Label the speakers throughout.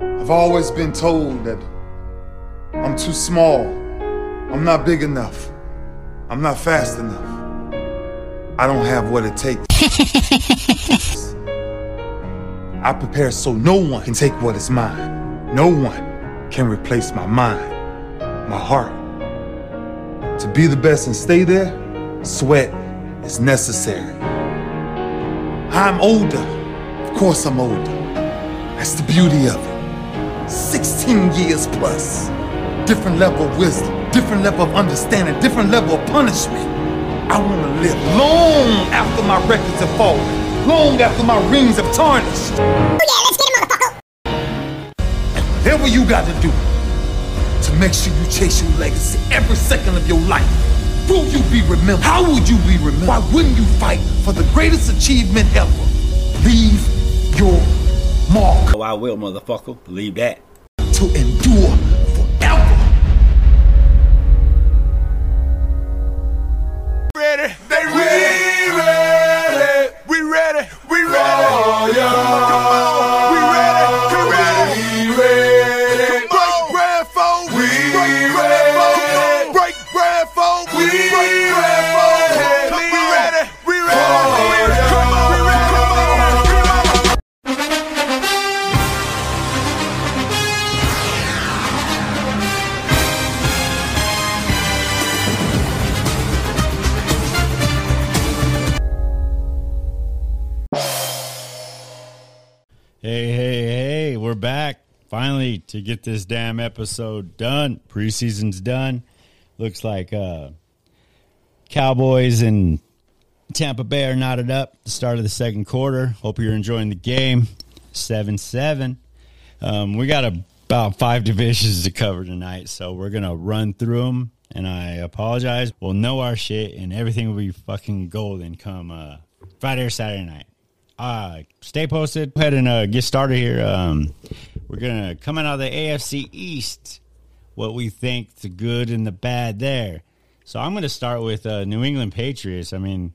Speaker 1: I've always been told that I'm too small, I'm not big enough, I'm not fast enough, I don't have what it takes. I prepare so no one can take what is mine. No one can replace my mind, my heart. To be the best and stay there, sweat is necessary. I'm older. Of course I'm older. That's the beauty of it. 16 years plus. Different level of wisdom, different level of understanding, different level of punishment. I want to live long after my records have fallen, long after my rings have tarnished. Whatever you got to do to make sure you chase your legacy every second of your life. Will you be remembered? How would you be remembered? Why wouldn't you fight for the greatest achievement ever? Leave your mark
Speaker 2: Oh, I will, motherfucker. Believe that.
Speaker 1: to endure forever.
Speaker 3: ready. They ready. ready. We ready. We ready. Come on. We ready. Come on. Break bread for we ready. Come on. Break bread for we break bread for we ready. Oh, We ready. Come on. We ready. Come on. Come on.
Speaker 4: Hey, hey, hey, we're back finally to get this damn episode done. Preseason's done. Looks like uh Cowboys and Tampa Bay are knotted up at the start of the second quarter. Hope you're enjoying the game. 7 7. Um, we got about five divisions to cover tonight, so we're going to run through them. And I apologize. We'll know our shit, and everything will be fucking golden come uh, Friday or Saturday night uh stay posted Go ahead and uh, get started here um we're gonna coming out of the afc east what we think the good and the bad there so i'm gonna start with uh new england patriots i mean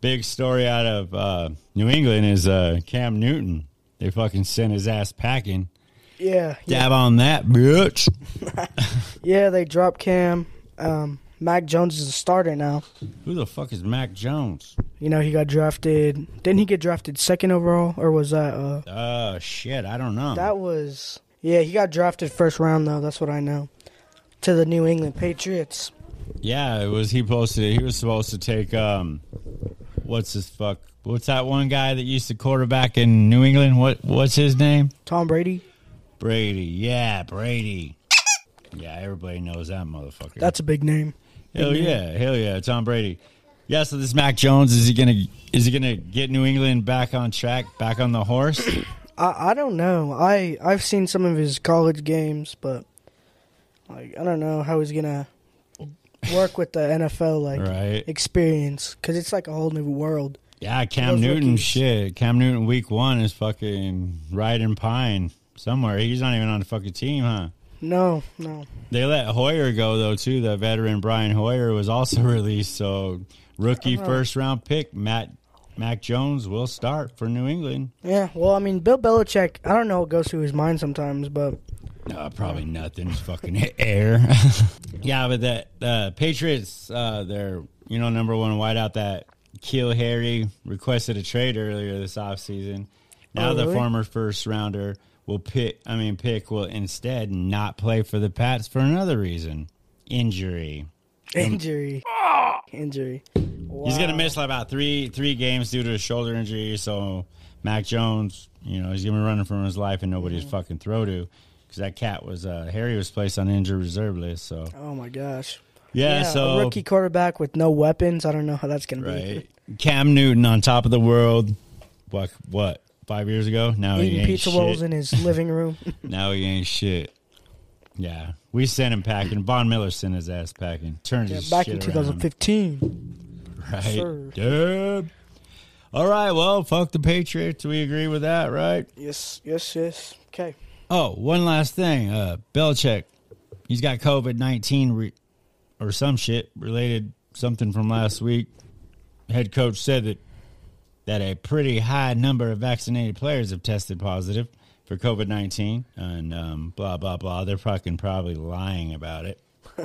Speaker 4: big story out of uh new england is uh cam newton they fucking sent his ass packing
Speaker 5: Yeah, yeah,
Speaker 4: dab on that bitch
Speaker 5: yeah. They dropped Cam. Um, Mac Jones is a starter now.
Speaker 4: who the fuck is mac jones
Speaker 5: You know he got drafted. Didn't he get drafted second overall, or was that? Uh,
Speaker 4: uh shit i don't know
Speaker 5: that was. Yeah, he got drafted first round though. That's what I know. To the New England Patriots.
Speaker 4: Yeah, it was. He posted. He was supposed to take. um What's his fuck? What's that one guy that used to quarterback in New England? What What's his name?
Speaker 5: Tom Brady.
Speaker 4: Brady. Yeah, Brady. Yeah, everybody knows that motherfucker.
Speaker 5: That's a big name.
Speaker 4: hell yeah, hell yeah, Tom Brady. Yeah, so this Mac Jones is he gonna is he gonna get New England back on track, back on the horse?
Speaker 5: I I don't know. I I've seen some of his college games, but like I don't know how he's gonna work with the NFL like
Speaker 4: Right.
Speaker 5: experience because it's like a whole new world.
Speaker 4: Yeah, Cam
Speaker 5: Those
Speaker 4: Newton
Speaker 5: rookies.
Speaker 4: shit. Cam Newton week one is fucking riding pine somewhere. He's not even on the fucking team, huh?
Speaker 5: No, no.
Speaker 4: They let Hoyer go though too. The veteran Brian Hoyer was also released. So rookie first round pick Matt Mac Jones will start for New England.
Speaker 5: Yeah, well, I mean, Bill Belichick. I don't know what goes through his mind sometimes, but
Speaker 4: No, probably nothing. It's fucking air. yeah, but that uh, Patriots, uh, their you know number one wideout that Keel Harry requested a trade earlier this offseason. Now
Speaker 5: Oh,
Speaker 4: the
Speaker 5: really?
Speaker 4: former first rounder will pick. I mean, pick will instead not play for the Pats for another reason: injury.
Speaker 5: injury, Ah! injury.
Speaker 4: He's gonna miss like about three three games due to a shoulder injury. So Mac Jones, you know, he's gonna be running from his life and nobody's fucking throw to because that cat was uh, Harry was placed on injured reserve list. So
Speaker 5: Oh my gosh.
Speaker 4: yeah, so
Speaker 5: a rookie quarterback with no weapons. I don't know how that's gonna
Speaker 4: right,
Speaker 5: be.
Speaker 4: Cam Newton on top of the world. What what five years ago? Now he
Speaker 5: Eating
Speaker 4: ain't
Speaker 5: pizza
Speaker 4: shit.
Speaker 5: rolls in his living room.
Speaker 4: Now he ain't shit. Yeah, we sent him packing. Von Miller sent his ass packing. Turned
Speaker 5: Yeah,
Speaker 4: his
Speaker 5: back
Speaker 4: shit
Speaker 5: in
Speaker 4: around.
Speaker 5: 2015.
Speaker 4: Right.
Speaker 5: Sir.
Speaker 4: Dub. All right. Well, fuck the Patriots. We agree with that, right?
Speaker 5: Yes, yes, yes. Okay.
Speaker 4: Oh, one last thing. Uh, Belichick, he's got COVID 19 re- or some shit related, something from last week. Head coach said that, that a pretty high number of vaccinated players have tested positive for for COVID nineteen and um, blah blah blah. They're fucking probably lying about it.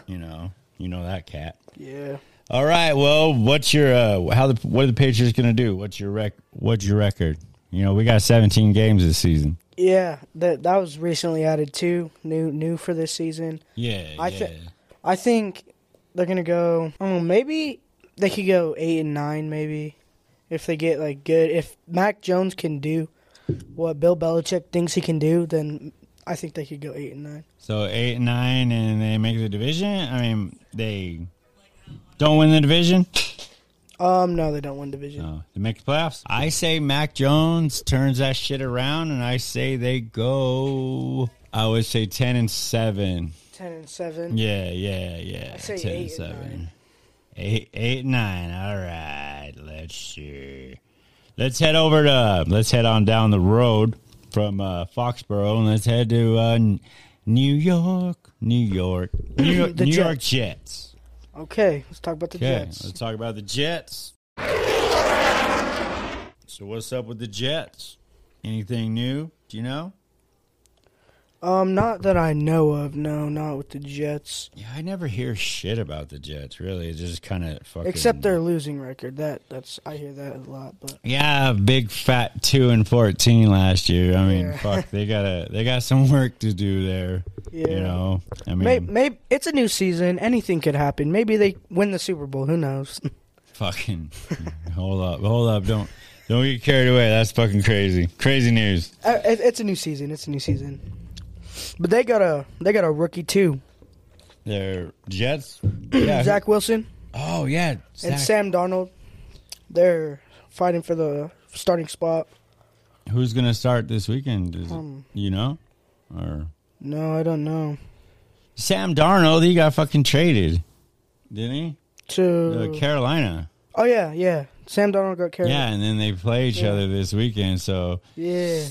Speaker 4: you know, you know that cat.
Speaker 5: Yeah.
Speaker 4: All right. Well, what's your uh, how the what are the Patriots going to do? What's your rec? What's your record? You know, we got 17 games this season.
Speaker 5: Yeah, that that was recently added too. New new for this season.
Speaker 4: Yeah,
Speaker 5: I thi- I think they're gonna go. Oh, maybe they could go eight and nine. Maybe if they get like good. If Mac Jones can do what Bill Belichick thinks he can do, then I think they could go eight and nine.
Speaker 4: so eight and nine, and they make the division. I mean, they don't win the division.
Speaker 5: Um, no, they don't win division.
Speaker 4: No, they make the playoffs. I say Mac Jones turns that shit around, and I say they go. I would say 10 and seven.
Speaker 5: Ten and seven.
Speaker 4: Yeah, yeah, yeah.
Speaker 5: I say eight and nine.
Speaker 4: Eight, eight, and nine. All right. Let's see. Let's head over to. Let's head on down the road from uh, Foxborough, and let's head to uh, N- New York, New York, New York,
Speaker 5: The
Speaker 4: New
Speaker 5: Jets.
Speaker 4: York Jets.
Speaker 5: Okay, let's talk about the
Speaker 4: Okay,
Speaker 5: Jets.
Speaker 4: let's talk about the Jets. So, what's up with the Jets? Anything new? Do you know?
Speaker 5: Um, not that I know of. No, not with the Jets.
Speaker 4: Yeah, I never hear shit about the Jets. Really, it's just kind of fucking.
Speaker 5: Except their losing record. That that's I hear that a lot. But
Speaker 4: Yeah, big fat two and fourteen last year. I mean,
Speaker 5: Yeah.
Speaker 4: fuck, they gotta they got some work to do there.
Speaker 5: Yeah.
Speaker 4: You know, I mean,
Speaker 5: maybe, maybe it's a new season. Anything could happen. Maybe they win the Super Bowl. Who knows?
Speaker 4: fucking hold up, hold up, don't don't get carried away. That's fucking crazy, crazy news.
Speaker 5: Uh, it, it's a new season. It's a new season. But they got a they got a rookie too.
Speaker 4: They're Jets. Yeah.
Speaker 5: Zach Wilson
Speaker 4: Oh yeah,
Speaker 5: and
Speaker 4: Zach.
Speaker 5: Sam Donald. They're fighting for the starting spot.
Speaker 4: Who's gonna start this weekend? Is it-
Speaker 5: Um,
Speaker 4: you know, or
Speaker 5: No, I don't know.
Speaker 4: Sam Darnold? He got fucking traded, didn't he?
Speaker 5: To
Speaker 4: Uh, Carolina.
Speaker 5: oh yeah yeah Sam Donald got carried.
Speaker 4: Yeah, and then they play each other this weekend, so.
Speaker 5: yeah.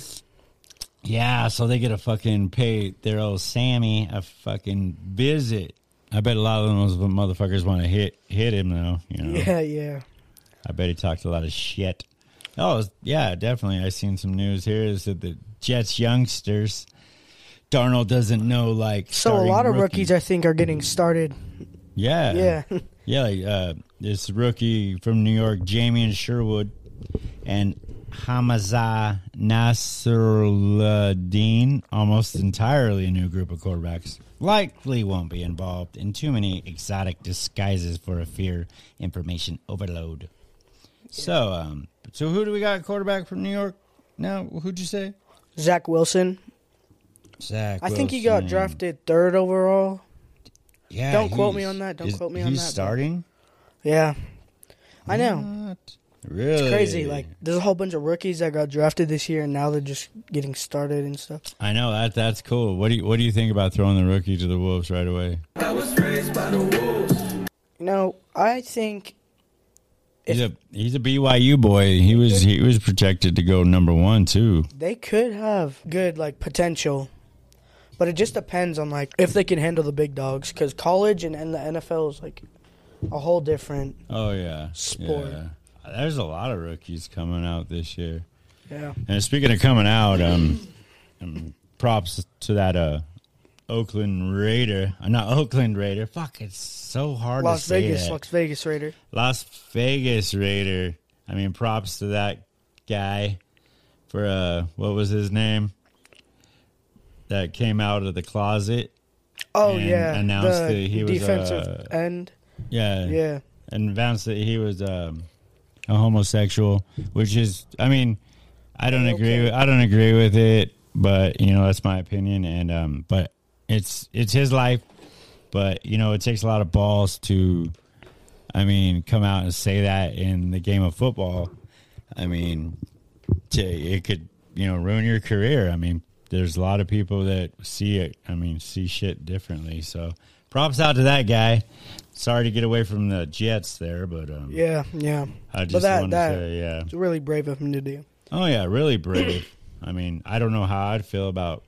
Speaker 4: Yeah, so they get a fucking pay their old Sammy a fucking visit. I bet a lot of those motherfuckers want to hit hit him though. You know,
Speaker 5: Yeah, yeah.
Speaker 4: I bet he talked a lot of shit. Oh yeah, definitely. I seen some news here is that the Jets youngsters, Darnold doesn't know like
Speaker 5: So a lot of rookies,
Speaker 4: Are-
Speaker 5: I think, are getting started.
Speaker 4: yeah,
Speaker 5: Yeah.
Speaker 4: yeah. Like, uh, this rookie from New York, Jamie and Sherwood, and Hamza Nasruddin, almost entirely a new group of quarterbacks, likely won't be involved in too many exotic disguises for a fear information overload. So, um, so who do we got quarterback from New York? Now, who'd you say?
Speaker 5: Zach Wilson.
Speaker 4: Zach.
Speaker 5: I think he got
Speaker 4: Wilson.
Speaker 5: drafted third overall.
Speaker 4: Yeah,
Speaker 5: Don't quote me
Speaker 4: he's-
Speaker 5: on that. Don't
Speaker 4: is-
Speaker 5: quote me on
Speaker 4: he's
Speaker 5: that, but-
Speaker 4: starting.
Speaker 5: Yeah. I know.
Speaker 4: What? Really?
Speaker 5: It's crazy. Like there's a whole bunch of rookies that got drafted this year and now they're just getting started and stuff.
Speaker 4: I know that that's cool. What do you what do you think about throwing the rookie to the wolves right away?
Speaker 5: You know, I think
Speaker 4: He's a he's a BYU boy. He was he was projected to go number one too.
Speaker 5: they could have good like potential. But it just depends on like if they can handle the big dogs cuz college and, and the NFL is like a whole different.
Speaker 4: Oh yeah,
Speaker 5: Sport.
Speaker 4: Yeah. There's a lot of rookies coming out this year.
Speaker 5: Yeah.
Speaker 4: And speaking of coming out, um, um, props to that uh, Oakland Raider. Uh, not Oakland Raider. Fuck, it's so hard to
Speaker 5: Las
Speaker 4: say
Speaker 5: Vegas,
Speaker 4: that.
Speaker 5: Las Vegas Raider.
Speaker 4: Las Vegas Raider. I mean, props to that guy for uh, what was his name that came out of the closet.
Speaker 5: Oh
Speaker 4: And
Speaker 5: yeah.
Speaker 4: announced
Speaker 5: the
Speaker 4: that he was,
Speaker 5: defensive
Speaker 4: uh,
Speaker 5: end.
Speaker 4: Yeah,
Speaker 5: Yeah.
Speaker 4: and announced that he was um, a homosexual, which is, I mean, I don't agree.
Speaker 5: Okay.
Speaker 4: With, I don't agree with it, but you know that's my opinion. And um, but it's it's his life. But you know, it takes a lot of balls to, I mean, come out and say that in the game of football. I mean, to, it could you know ruin your career. I mean, there's a lot of people that see it. I mean, see shit differently. So, props out to that guy. Sorry to get away from the Jets there, but um,
Speaker 5: Yeah, yeah.
Speaker 4: I just
Speaker 5: but that
Speaker 4: wanted
Speaker 5: that
Speaker 4: to say, yeah.
Speaker 5: it's really brave of him to do.
Speaker 4: Oh yeah, really brave. I mean, I don't know how I'd feel about,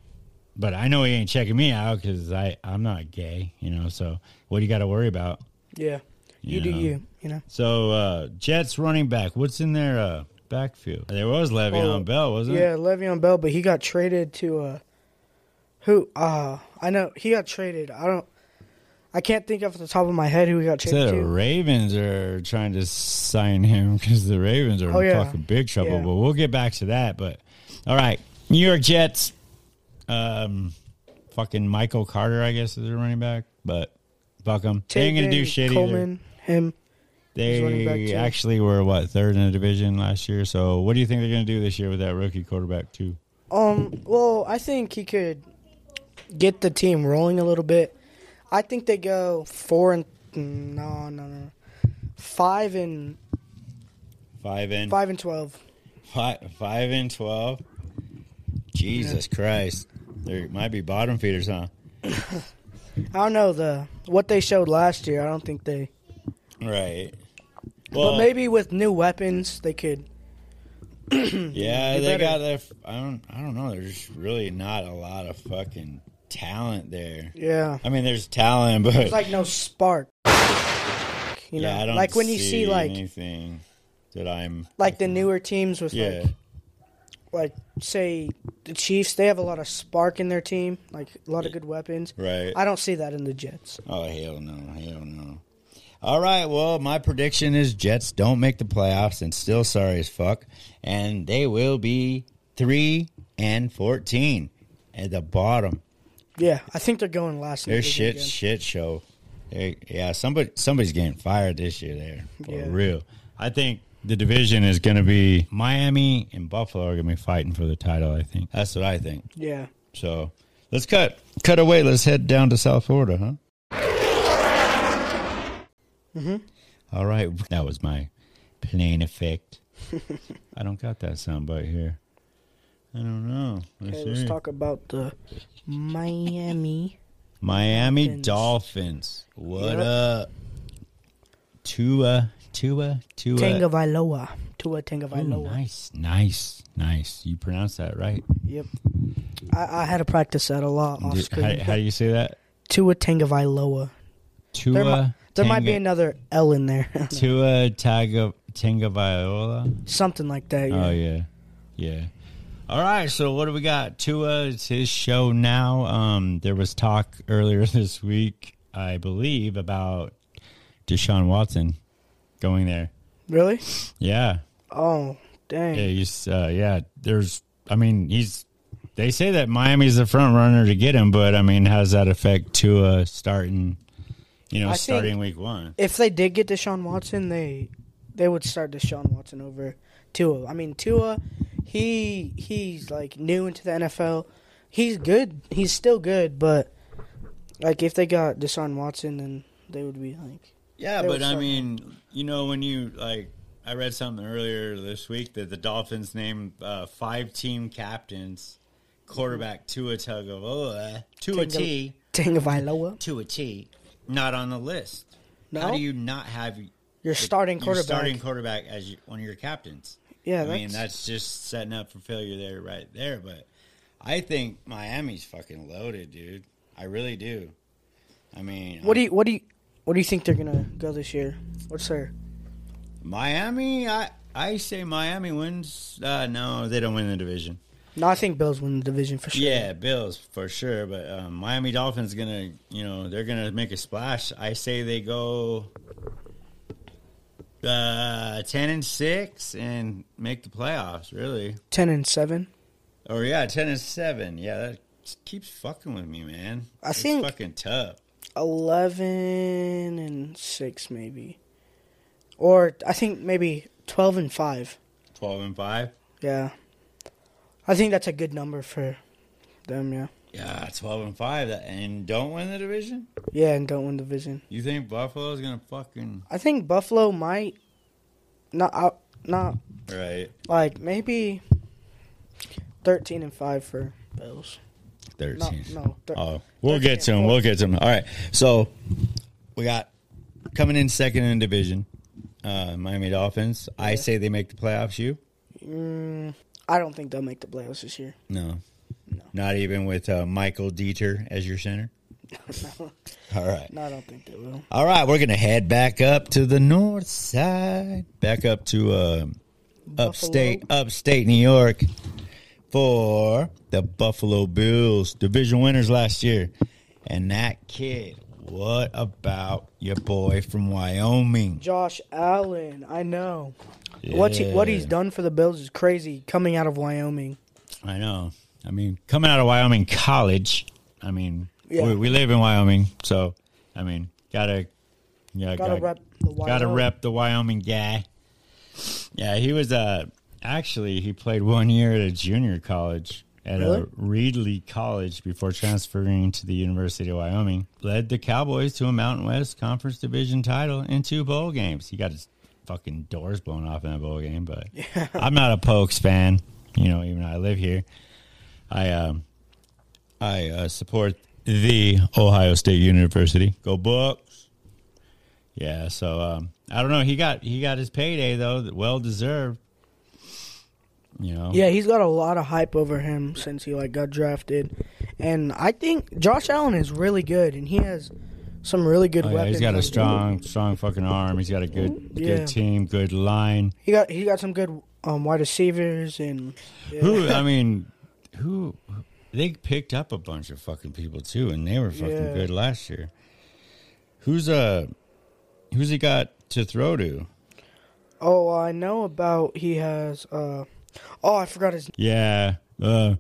Speaker 4: but I know he ain't checking me out because I I'm not gay, you know. So what do you got to worry about?
Speaker 5: Yeah. You do
Speaker 4: Yeah.
Speaker 5: you, you know.
Speaker 4: So uh Jets running back, what's in their uh, backfield. There was Le'Veon
Speaker 5: Well,
Speaker 4: Bell, wasn't
Speaker 5: Oh, Yeah,
Speaker 4: it?
Speaker 5: Le'Veon Bell, but he got traded to uh, who? Uh I know he got traded. I don't. I can't think off the top of my head who he got traded
Speaker 4: Said the
Speaker 5: to.
Speaker 4: Ravens are trying to sign him because the Ravens are
Speaker 5: Oh,
Speaker 4: in
Speaker 5: yeah.
Speaker 4: fucking big trouble.
Speaker 5: Yeah.
Speaker 4: But we'll get back to that. But all right, New York Jets. Um, fucking Michael Carter, I guess, is their running back. But fuck them. They ain't gonna do
Speaker 5: Taven,
Speaker 4: shit either.
Speaker 5: Coleman, him. He's running back,
Speaker 4: They
Speaker 5: too.
Speaker 4: actually were what third in the division last year. So what do you think they're gonna do this year with that rookie quarterback too?
Speaker 5: Um. Well, I think he could get the team rolling a little bit. I think they go four and mm, no, no, no, five and
Speaker 4: Five and
Speaker 5: five and twelve.
Speaker 4: Five, five and twelve. Jesus Christ, they might be bottom feeders, huh?
Speaker 5: I don't know the what they showed last year. I don't think they.
Speaker 4: Right. Well,
Speaker 5: but maybe with new weapons, they could.
Speaker 4: yeah,
Speaker 5: they
Speaker 4: they
Speaker 5: better-
Speaker 4: got their. f- I don't. I don't know. There's really not a lot of fucking talent there.
Speaker 5: Yeah.
Speaker 4: I mean, there's talent, but
Speaker 5: It's like no spark. You know,
Speaker 4: yeah, I don't
Speaker 5: like when you see like
Speaker 4: anything that I'm.
Speaker 5: like the newer teams with
Speaker 4: Yeah,
Speaker 5: like like say the Chiefs, they have a lot of spark in their team, like a lot of good weapons.
Speaker 4: right.
Speaker 5: I don't see that in the Jets.
Speaker 4: Oh hell no, hell no. All right, well, my prediction is Jets don't make the playoffs and still sorry as fuck, and they will be three and fourteen at the bottom.
Speaker 5: Yeah, I think they're going last. in the
Speaker 4: Their
Speaker 5: division
Speaker 4: shit
Speaker 5: again.
Speaker 4: shit show. They, yeah, somebody somebody's getting fired this year there for
Speaker 5: Yeah.
Speaker 4: real. I think the division is going to be Miami and Buffalo are going to be fighting for the title. I think that's what I think.
Speaker 5: Yeah,
Speaker 4: So let's cut cut away. Let's head down to South Florida, huh?
Speaker 5: Mm-hmm.
Speaker 4: All right, that was my plane effect. I don't got that soundbite here. I don't know. Let's
Speaker 5: okay,
Speaker 4: hear
Speaker 5: let's
Speaker 4: it.
Speaker 5: talk about the Miami.
Speaker 4: Miami
Speaker 5: Dolphins.
Speaker 4: Dolphins. What
Speaker 5: Yep.
Speaker 4: up? Tua, Tua, Tua.
Speaker 5: Tanga Vailoa, Tua Tanga
Speaker 4: Ooh,
Speaker 5: Vailoa.
Speaker 4: nice, nice, nice. You pronounced that right.
Speaker 5: Yep, I, I had to practice that a lot off
Speaker 4: Did- how,
Speaker 5: screen.
Speaker 4: how do you say that?
Speaker 5: Tua Tanga Vailoa.
Speaker 4: Tua.
Speaker 5: There, mi- there might be
Speaker 4: Tanga-
Speaker 5: another L in there,
Speaker 4: Tua Taga Tagovailoa.
Speaker 5: something like that. Yeah.
Speaker 4: Oh yeah, yeah. All right, so what do we got? Tua, it's his show now. Um, there was talk earlier this week, I believe, about Deshaun Watson going there.
Speaker 5: Really?
Speaker 4: Yeah,
Speaker 5: Oh, dang.
Speaker 4: yeah, he's uh, yeah. There's, I mean, he's. They say that Miami's the front runner to get him, but I mean, how does that affect Tua starting? You know,
Speaker 5: I think-
Speaker 4: starting week one.
Speaker 5: If they did get Deshaun Watson, they they would start Deshaun Watson over Tua. I mean Tua, he he's like new into the NFL. He's good. He's still good, but like if they got Deshaun Watson, then they would be like
Speaker 4: Yeah,
Speaker 5: They were
Speaker 4: but I
Speaker 5: starting.
Speaker 4: mean, you know, when you like, I read something earlier this week that the Dolphins named uh, five team captains, quarterback Tua Tagovailoa, Tua
Speaker 5: Tingle-
Speaker 4: T,
Speaker 5: Tagovailoa.
Speaker 4: Tua T, not on the list.
Speaker 5: No,
Speaker 4: How do you not have your
Speaker 5: your starting quarterback.
Speaker 4: starting quarterback as you- one of your captains?
Speaker 5: yeah,
Speaker 4: I
Speaker 5: that's,
Speaker 4: mean, that's just setting up for failure there, right there. But I think Miami's fucking loaded, dude. I really do. I mean,
Speaker 5: what do you what do you what do you think they're gonna go this year? What's their
Speaker 4: Miami, I I say Miami wins. Uh, no, they don't win the division.
Speaker 5: No, I think Bills win the division for sure.
Speaker 4: Yeah, Bills for sure, but um, Miami Dolphins gonna you know they're gonna make a splash. I say they go uh, ten and six and make the playoffs. Really,
Speaker 5: Ten and seven.
Speaker 4: or Oh, yeah, ten and seven. Yeah, that keeps fucking with me, man.
Speaker 5: I
Speaker 4: It's
Speaker 5: think-
Speaker 4: fucking tough.
Speaker 5: 11 and 6 maybe or i think maybe 12 and 5
Speaker 4: Twelve and five.
Speaker 5: yeah i think that's a good number for them yeah
Speaker 4: Yeah, twelve and five, that- and don't win the division.
Speaker 5: yeah and don't win the division
Speaker 4: You think Buffalo's gonna fucking
Speaker 5: i think buffalo might not out not
Speaker 4: right?
Speaker 5: like maybe 13 and 5 for bills
Speaker 4: 13.
Speaker 5: No, no, thir-
Speaker 4: oh, we'll get to him. We'll get to him. All right. So we got coming in second in division, uh, Miami Dolphins. I say they make the playoffs. You?
Speaker 5: mm, i don't think they'll make the playoffs this year
Speaker 4: No. Not even with uh, Michael Dieter as your center. All right.
Speaker 5: no i don't think they will
Speaker 4: All right. We're going to head back up to the north side, back up to uh, upstate upstate New York for the Buffalo Bills division winners last year. And that kid, what about your boy from Wyoming?
Speaker 5: Josh Allen, I know. What's he, what
Speaker 4: Yeah.
Speaker 5: he's done for the Bills is crazy. Coming out of Wyoming,
Speaker 4: I know. I mean, coming out of Wyoming college, I mean,
Speaker 5: Yeah.
Speaker 4: we, we live in Wyoming, so I mean, gotta, yeah,
Speaker 5: Gotta rep the
Speaker 4: gotta
Speaker 5: Wyoming.
Speaker 4: rep the Wyoming guy. Yeah, he was uh actually he played one year at a junior college at
Speaker 5: Really?
Speaker 4: a Reedley College before transferring to the University of Wyoming. Led the Cowboys to a Mountain West Conference Division title and two bowl games. He got his fucking doors blown off in that bowl game, but I'm not a Pokes fan. You know, even though I live here, I um I uh, support the Ohio State University. Go Bucks! Yeah, so um, I don't know. He got he got his payday though, well deserved. You know.
Speaker 5: yeah, he's got a lot of hype over him since he like got drafted, and I think Josh Allen is really good, and he has some really good
Speaker 4: Oh, yeah,
Speaker 5: weapons.
Speaker 4: he's got a
Speaker 5: Like,
Speaker 4: strong, strong fucking arm. He's got a good,
Speaker 5: Yeah.
Speaker 4: good team, good line.
Speaker 5: He got he got some good um, wide receivers, and
Speaker 4: Who? I mean, who? They picked up a bunch of fucking people too, and they were fucking
Speaker 5: Yeah.
Speaker 4: good last year. Who's uh, who's he got to throw to?
Speaker 5: oh, I know about he has. uh Oh, I forgot his
Speaker 4: Yeah, uh,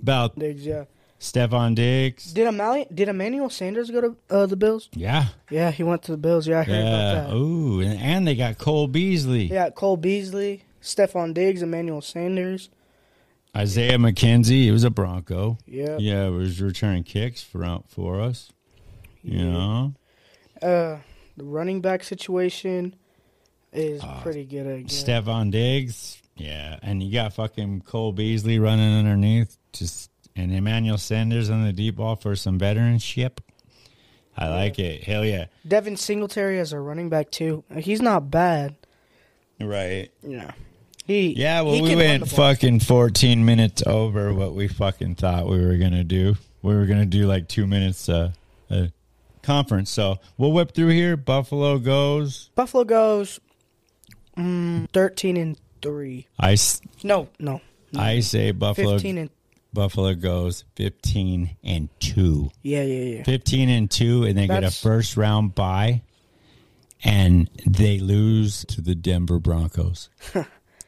Speaker 4: about
Speaker 5: name. Yeah,
Speaker 4: Stephon Diggs.
Speaker 5: did Emmanuel, did Emmanuel Sanders go to uh, the Bills?
Speaker 4: Yeah,
Speaker 5: Yeah, he went to the Bills. Yeah, I heard about
Speaker 4: yeah. oh.
Speaker 5: that.
Speaker 4: Ooh, and, and they got Cole Beasley.
Speaker 5: Yeah, Cole Beasley, Stephon Diggs, Emmanuel Sanders.
Speaker 4: Isaiah McKenzie, he was a Bronco.
Speaker 5: Yeah.
Speaker 4: Yeah, it was returning kicks for uh, for us. You know?
Speaker 5: Uh, the running back situation is
Speaker 4: Ah,
Speaker 5: pretty good. I guess.
Speaker 4: Stephon Diggs. Yeah. And you got fucking Cole Beasley running underneath. Just and Emmanuel Sanders on the deep ball for some veteranship. I like it. Hell yeah.
Speaker 5: Devin Singletary as a running back too. He's not bad.
Speaker 4: Right.
Speaker 5: Yeah. He
Speaker 4: Yeah, well
Speaker 5: he
Speaker 4: we
Speaker 5: can run
Speaker 4: went
Speaker 5: the ball.
Speaker 4: fucking fourteen minutes over what we fucking thought we were gonna do. We were gonna do like two minutes uh, uh conference. So we'll whip through here. Buffalo goes.
Speaker 5: Buffalo goes mm, thirteen and three.
Speaker 4: I, s-
Speaker 5: No, no,
Speaker 4: I say Buffalo
Speaker 5: Mm-hmm. fifteen and
Speaker 4: Buffalo goes 15 and 2.
Speaker 5: yeah, yeah, yeah.
Speaker 4: 15 and 2 and they get a
Speaker 5: That's-
Speaker 4: first round bye and they lose to the Denver Broncos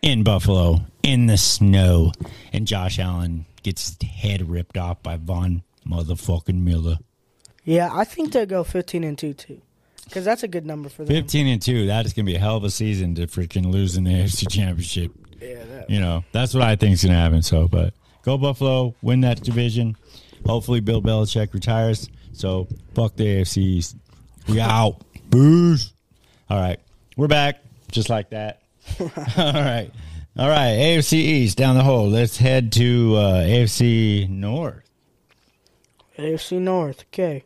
Speaker 4: in Buffalo in the snow and Josh Allen gets his head ripped off by Von motherfucking Miller.
Speaker 5: Yeah, I think they'll go fifteen and two too, because that's a good number for them.
Speaker 4: 15 and 2, that is going to be a hell of a season to freaking lose in the AFC Championship.
Speaker 5: Yeah, that,
Speaker 4: you know, that's what I think is going to happen. So, but go Buffalo, win that division. Hopefully, Bill Belichick retires. So, fuck the AFC East. We out. Booze. All right. We're back. Just like that. All right. All right. AFC East down the hole. Let's head to uh, AFC North.
Speaker 5: AFC North. Okay.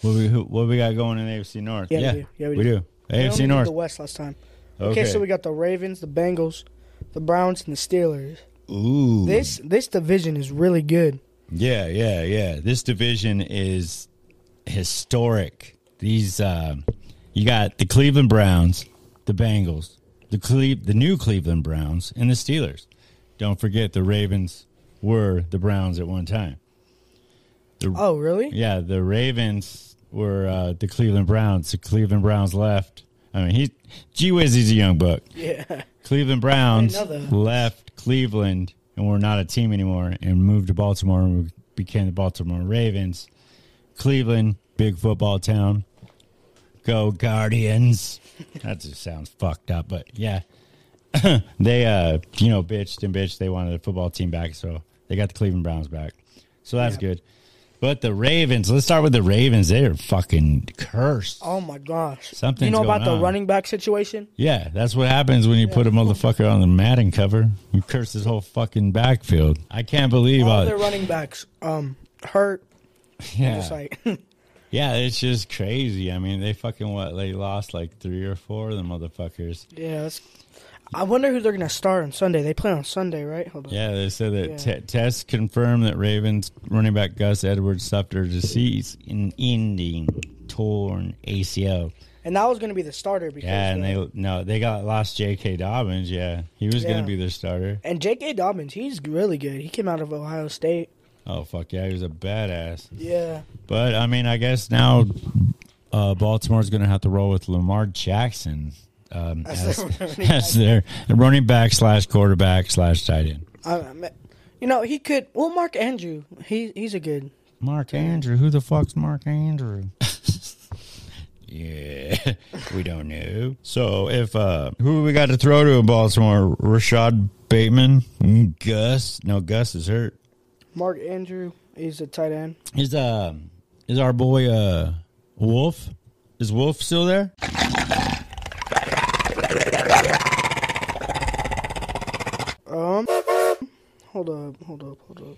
Speaker 4: What we, who- what we got going in AFC North?
Speaker 5: Yeah, we do. Yeah, we
Speaker 4: we
Speaker 5: do.
Speaker 4: do.
Speaker 5: We only
Speaker 4: AFC
Speaker 5: did
Speaker 4: North.
Speaker 5: The West last time.
Speaker 4: okay.
Speaker 5: okay, so we got the Ravens, the Bengals, the Browns, and the Steelers.
Speaker 4: Ooh.
Speaker 5: This this division is really good.
Speaker 4: Yeah, yeah, yeah. This division is historic. These um you got the Cleveland Browns, the Bengals, the Cle- the new Cleveland Browns, and the Steelers. Don't forget the Ravens were the Browns at one time. The,
Speaker 5: Oh, really?
Speaker 4: yeah, the Ravens were uh, the Cleveland Browns. The Cleveland Browns left. I mean, he G Wiz is a young buck.
Speaker 5: Yeah.
Speaker 4: Cleveland Browns
Speaker 5: Another.
Speaker 4: left Cleveland and were not a team anymore and moved to Baltimore and became the Baltimore Ravens. Cleveland, big football town. Go Guardians. That just sounds fucked up, but yeah. they uh you know bitched and bitched they wanted the football team back, so they got the Cleveland Browns back. So that's good. But the Ravens, let's start with the Ravens. They are fucking cursed.
Speaker 5: Oh my gosh.
Speaker 4: Something's
Speaker 5: You know about
Speaker 4: going on.
Speaker 5: the running back situation?
Speaker 4: Yeah, that's what happens when you put a motherfucker on the Madden cover. You curse his whole fucking backfield. I can't believe
Speaker 5: All
Speaker 4: all
Speaker 5: their running backs um hurt.
Speaker 4: yeah.
Speaker 5: Just like
Speaker 4: yeah, it's just crazy. I mean, they fucking what? They lost like three or four of the motherfuckers.
Speaker 5: yeah. That's, I wonder who they're gonna start on Sunday. They play on Sunday, right? Hold on.
Speaker 4: Yeah, they said that
Speaker 5: Yeah.
Speaker 4: te- tests confirmed that Ravens running back Gus Edwards suffered a disease in ending torn ACL.
Speaker 5: and that was going to be the starter because
Speaker 4: Yeah, and
Speaker 5: uh,
Speaker 4: they no, they got lost J.K. Dobbins. Yeah, he was
Speaker 5: Yeah.
Speaker 4: gonna be their starter.
Speaker 5: and J.K. Dobbins, he's really good. He came out of Ohio State.
Speaker 4: Oh fuck yeah, he was a badass.
Speaker 5: Yeah,
Speaker 4: But I mean, I guess now uh, Baltimore's gonna have to roll with Lamar Jackson um, as,
Speaker 5: As their running back.
Speaker 4: as their running back slash quarterback slash tight end.
Speaker 5: I, I mean, you know he could. Well, Mark Andrew, he he's a good.
Speaker 4: Mark Andrew. Who the fuck's Mark Andrew? yeah, we don't know. So if uh who we got to throw to in Baltimore? Rashad Bateman, Mm, Gus. No, Gus is hurt.
Speaker 5: Mark Andrew is a tight end.
Speaker 4: Is uh is our boy uh Wolf? Is Wolf still there?
Speaker 5: Um, hold up, hold up, hold up.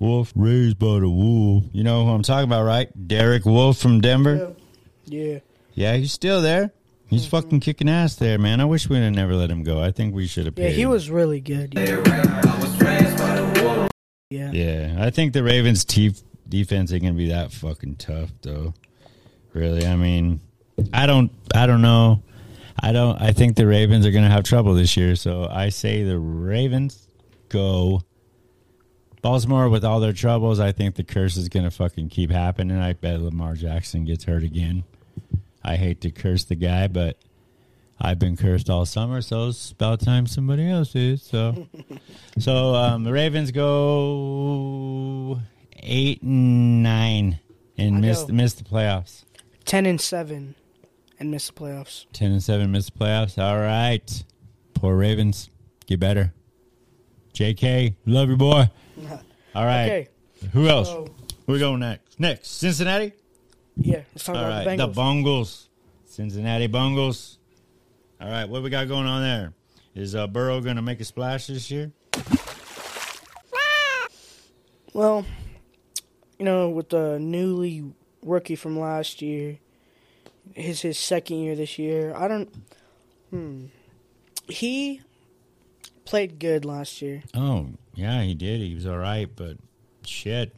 Speaker 4: Wolf raised by the wolf. You know who I'm talking about, right? Derek Wolf from Denver.
Speaker 5: Yeah, Mm-hmm.
Speaker 4: Yeah, he's still there. He's fucking kicking ass there, man. I wish we'd have never let him go. I think we should have.
Speaker 5: yeah,
Speaker 4: paid
Speaker 5: he
Speaker 4: him.
Speaker 5: was really good. Yeah, yeah.
Speaker 4: Yeah, I think the Ravens' te- defense ain't gonna be that fucking tough, though. Really, I mean, I don't, I don't know, I don't. I think the Ravens are gonna have trouble this year, so I say the Ravens go. Baltimore with all their troubles, I think the curse is gonna fucking keep happening. I bet Lamar Jackson gets hurt again. I hate to curse the guy, but I've been cursed all summer, so it's about time somebody else is. So. So um, the Ravens go eight and nine and
Speaker 5: I
Speaker 4: miss
Speaker 5: go-
Speaker 4: miss the playoffs.
Speaker 5: ten and seven, and missed the playoffs.
Speaker 4: Ten and seven miss the playoffs. All right, poor Ravens, get better. J.K. Love your boy. All right.
Speaker 5: Okay,
Speaker 4: Who else?
Speaker 5: so
Speaker 4: We're going next. Next, Cincinnati.
Speaker 5: yeah, let's talk
Speaker 4: All
Speaker 5: about
Speaker 4: right,
Speaker 5: the
Speaker 4: the
Speaker 5: Bengals.
Speaker 4: Bungles, Cincinnati Bungles. All right, what we got going on there? Is uh, Burrow going to make a splash this year?
Speaker 5: well, you know, with the newly rookie from last year, his his second year this year. I don't. Hmm. He played good last year.
Speaker 4: Oh, yeah, he did. He was all right, but shit.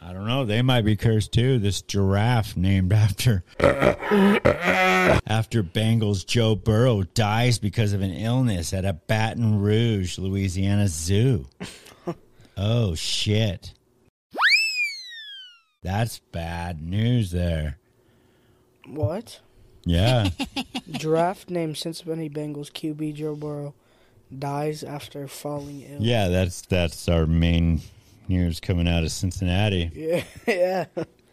Speaker 4: I don't know. They might be cursed too. This giraffe named after after Bengals Joe Burrow dies because of an illness at a Baton Rouge, Louisiana zoo. oh shit. That's bad news there.
Speaker 5: What?
Speaker 4: Yeah.
Speaker 5: Draft named Cincinnati Bengals QB Joe Burrow dies after falling ill.
Speaker 4: Yeah, that's that's our main news coming out of Cincinnati.
Speaker 5: Yeah. yeah.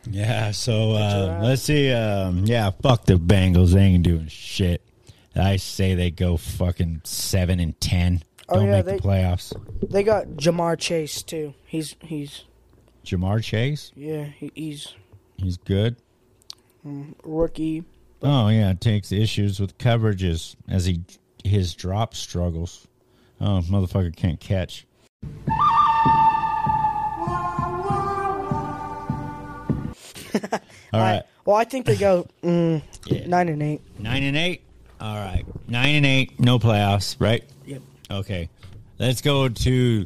Speaker 4: Yeah, so uh,
Speaker 5: wrap.
Speaker 4: let's see. Um, yeah, fuck the Bengals. They ain't doing shit. I say they go fucking seven and ten.
Speaker 5: Oh,
Speaker 4: Don't
Speaker 5: yeah,
Speaker 4: make
Speaker 5: they-
Speaker 4: the playoffs.
Speaker 5: They got Jamar Chase too. He's he's
Speaker 4: Jamar Chase,
Speaker 5: yeah, he, he's
Speaker 4: he's good.
Speaker 5: rookie.
Speaker 4: oh yeah, takes issues with coverages as he his drop struggles. Oh motherfucker can't catch. All right,
Speaker 5: Well, I think they go mm,
Speaker 4: Yeah.
Speaker 5: nine and eight.
Speaker 4: Nine and eight. All right. Nine and eight. No playoffs, right?
Speaker 5: Yep.
Speaker 4: Okay. Let's go to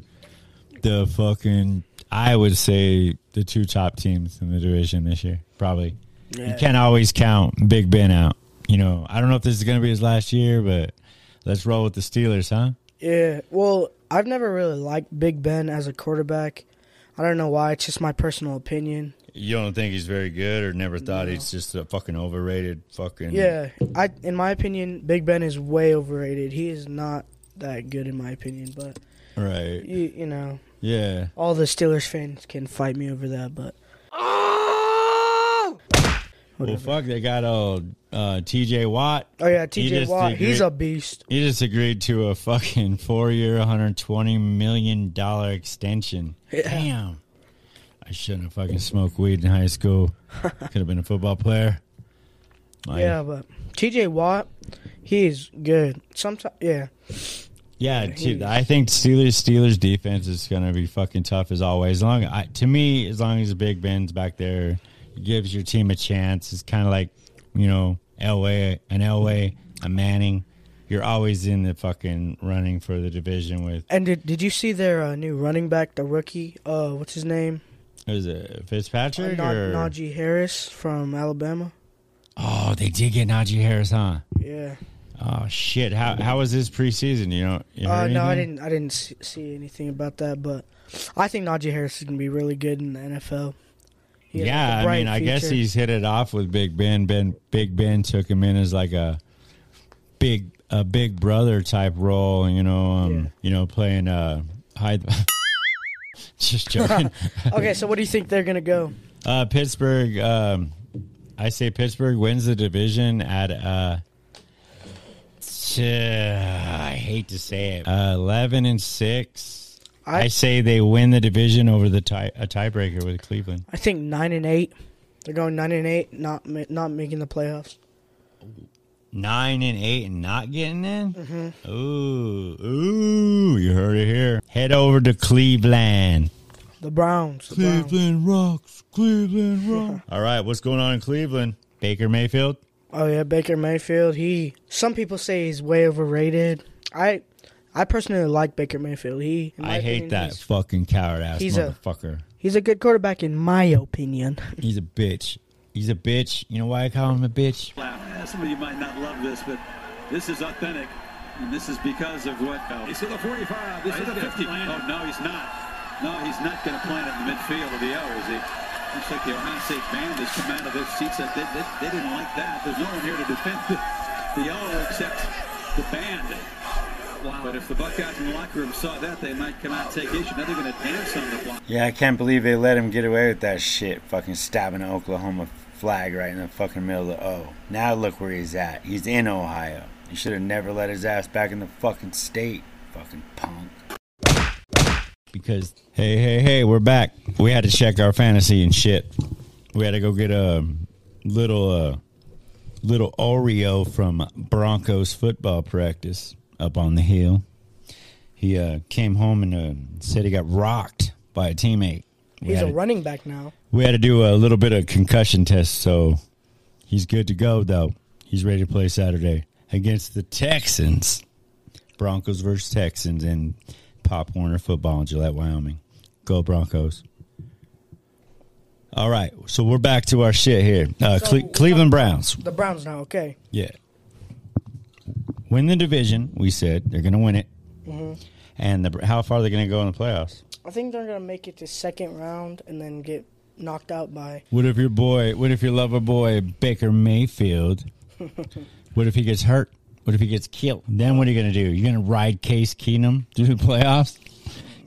Speaker 4: the fucking, I would say, the two top teams in the division this year, probably. You
Speaker 5: Yeah.
Speaker 4: can't always count Big Ben out. You know, I don't know if this is going to be his last year, but let's roll with the Steelers, huh?
Speaker 5: Yeah. Well, I've never really liked Big Ben as a quarterback. I don't know why. It's just my personal opinion.
Speaker 4: You don't think he's very good or never thought he's just a fucking overrated fucking.
Speaker 5: Yeah. I in my opinion, Big Ben is way overrated. He is not that good in my opinion. But
Speaker 4: Right.
Speaker 5: you you know,
Speaker 4: Yeah.
Speaker 5: all the Steelers fans can fight me over that. But
Speaker 4: Well, fuck, they got old uh, TJ Watt.
Speaker 5: oh yeah,
Speaker 4: He
Speaker 5: T.J.
Speaker 4: just
Speaker 5: Watt,
Speaker 4: agreed-
Speaker 5: he's a beast.
Speaker 4: He just agreed to a fucking four year, $120 million extension. Damn. I shouldn't have fucking smoked weed in high school. Could have been a football player. My-
Speaker 5: Yeah, but T.J. Watt, he is good. Sometimes, yeah,
Speaker 4: Yeah, dude, I think Steelers Steelers defense is going to be fucking tough as always. As long I, to me, as long as Big Ben's back there, it gives your team a chance. It's kind of like you know Elway, an Elway, a Manning. You're always in the fucking running for the division with
Speaker 5: And did, did you see their uh, new running back, the rookie? Uh, what's his name?
Speaker 4: Who Is it
Speaker 5: Uh,
Speaker 4: Fitzpatrick
Speaker 5: Na-
Speaker 4: or
Speaker 5: Najee Harris from Alabama.
Speaker 4: Oh, they did get Najee Harris, huh?
Speaker 5: Yeah.
Speaker 4: Oh shit! How how was his preseason? You know? You
Speaker 5: Uh,
Speaker 4: heard
Speaker 5: no, I
Speaker 4: anything?
Speaker 5: didn't. I didn't s- see anything about that, but I think Najee Harris is gonna be really good in the NFL. He has a
Speaker 4: Yeah, I
Speaker 5: bright
Speaker 4: mean, I guess
Speaker 5: future.
Speaker 4: he's hit it off with Big Ben. Ben Big Ben took him in as like a big a big brother type role. You know, um,
Speaker 5: Yeah.
Speaker 4: you know, playing uh, hide. Just joking.
Speaker 5: Okay, so what do you think they're gonna go?
Speaker 4: Uh, Pittsburgh. Um, I say Pittsburgh wins the division at. Uh, t- I hate to say it. Uh, Eleven and six. I,
Speaker 5: I-
Speaker 4: say they win the division over the tie a tiebreaker with Cleveland.
Speaker 5: I think nine and eight. They're going nine and eight, not ma- not making the playoffs.
Speaker 4: Nine and eight and not getting in. Ooh, ooh! You heard it here. Head over to Cleveland.
Speaker 5: The Browns. The Browns.
Speaker 4: rocks. Cleveland rocks. All right, what's going on in Cleveland? Baker Mayfield.
Speaker 5: Oh yeah, Baker Mayfield. He. Some people say he's way overrated. I, I personally like Baker Mayfield. He. in my
Speaker 4: I hate
Speaker 5: opinion,
Speaker 4: that
Speaker 5: He's,
Speaker 4: fucking coward ass
Speaker 5: he's a-
Speaker 4: motherfucker.
Speaker 5: he's a good quarterback in my opinion.
Speaker 4: He's a bitch. He's a bitch. You know why I call him a bitch?
Speaker 6: Now, Some of you might not love this, but this is authentic, and this is because of what. He's at the 45. This is the 50. Oh no, he's not. No, he's not going to plant it in the midfield of the O, is he? Looks like the Ohio State band has come out of their seats. They, they, they didn't like that. There's no one here to defend the, the O except the band. Wow. But if the Buckeyes in the locker room saw that, they might come out and take issue. Now they're going to dance on the block.
Speaker 7: Yeah, I can't believe they let him get away with that shit. Fucking stabbing an Oklahoma flag right in the fucking middle of the O. Now look where he's at. He's in Ohio. He should have never let his ass back in the fucking state. Fucking punk.
Speaker 4: Because hey, hey, hey, we're back. We had to check our fantasy and shit. We had to go get a little uh little Oreo from Broncos football practice up on the hill. He uh came home and uh, said he got rocked by a teammate. We
Speaker 5: He's
Speaker 4: had
Speaker 5: a
Speaker 4: to-
Speaker 5: running back now.
Speaker 4: We had to do a little bit of concussion test, so he's good to go though. He's ready to play Saturday against the Texans. Broncos versus Texans in Pop Warner football in Gillette, Wyoming. Go Broncos. All right, so we're back to our shit here. Uh, Cle- Cleveland Browns.
Speaker 5: The Browns now. Okay.
Speaker 4: Yeah. Win the division, we said. They're going to win it. And the, how far are they going to go in the playoffs?
Speaker 5: I think they're gonna make it to second round and then get knocked out by.
Speaker 4: What if your boy, what if your lover boy, Baker Mayfield, what if he gets hurt? What if he gets killed? Then what are you going to do? You're going to ride Case Keenum through the playoffs?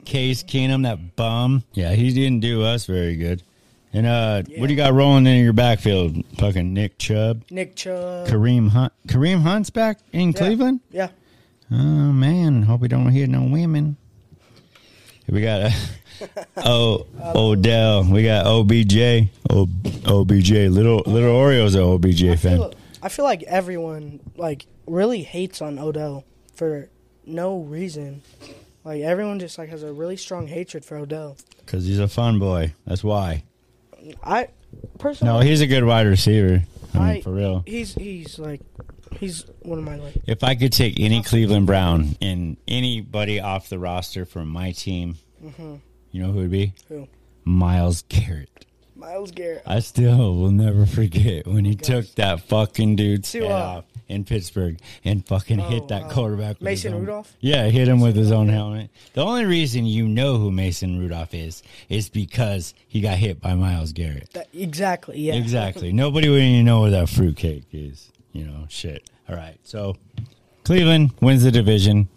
Speaker 4: Case Keenum, that bum. Yeah, he didn't do us very good. And uh, what do you got rolling in your backfield? Fucking Nick Chubb,
Speaker 5: Nick Chubb.
Speaker 4: Kareem Hunt. Kareem Hunt's back in
Speaker 5: Yeah.
Speaker 4: Cleveland?
Speaker 5: Yeah.
Speaker 4: Oh man, hope we don't hear no women. We got uh, oh Odell. We got OBJ. O, OBJ. Little little Oreos are OBJ
Speaker 5: I
Speaker 4: fan.
Speaker 5: feel, I feel like everyone like really hates on Odell for no reason. Like everyone just like has a really strong hatred for Odell.
Speaker 4: Cause he's a fun boy. That's why.
Speaker 5: I
Speaker 4: No,
Speaker 5: personally,
Speaker 4: he's a good wide receiver. I mean,
Speaker 5: I-
Speaker 4: for real.
Speaker 5: he's he's like he's one of my like.
Speaker 4: If I could take any Cleveland Brown and anybody off the roster from my team,
Speaker 5: Mm-hmm.
Speaker 4: you know who would be?
Speaker 5: Who?
Speaker 4: Miles Garrett.
Speaker 5: Miles Garrett.
Speaker 4: I still will never forget when he took that fucking dude's
Speaker 5: To,
Speaker 4: head
Speaker 5: uh,
Speaker 4: off in Pittsburgh and fucking hit
Speaker 5: Oh,
Speaker 4: that
Speaker 5: uh,
Speaker 4: quarterback. with his
Speaker 5: Mason
Speaker 4: own-
Speaker 5: Rudolph?
Speaker 4: Yeah, hit him with his own helmet. The only reason you know who Mason Rudolph is is because he got hit by Miles Garrett.
Speaker 5: That, exactly. Yeah.
Speaker 4: Exactly. Nobody would even know where that fruitcake is. You know, shit. All right. So Cleveland wins the division.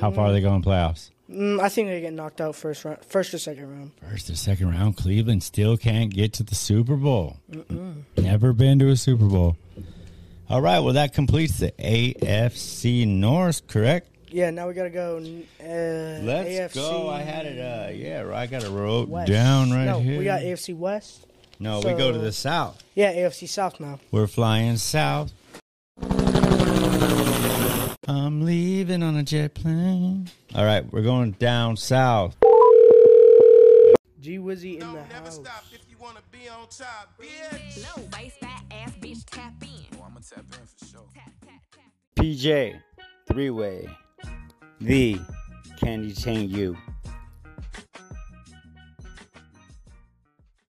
Speaker 4: How far are they going playoffs?
Speaker 5: Mm, I think they get knocked out first round, first or second round.
Speaker 4: First or second round, Cleveland still can't get to the Super Bowl. Never been to a Super Bowl. All right, well, that completes the AFC North, correct?
Speaker 5: Yeah. Now we gotta go. n- Uh,
Speaker 4: Let's
Speaker 5: AFC
Speaker 4: go. I had it, uh, yeah, I got it wrote
Speaker 5: West.
Speaker 4: down right
Speaker 5: no,
Speaker 4: here.
Speaker 5: We got AFC West.
Speaker 4: no, we go to
Speaker 5: so-
Speaker 4: the South.
Speaker 5: Yeah, AFC South now.
Speaker 4: We're flying south. I'm leaving on a jet plane. All right, we're going down south.
Speaker 5: G Wizzy in the house.
Speaker 3: if you wanna be on top, bitch.
Speaker 8: Low waist, fat ass bitch, tap in.
Speaker 3: I'ma tap in for sure.
Speaker 8: Tap, tap, tap.
Speaker 7: PJ, three way. The Candy Chain U.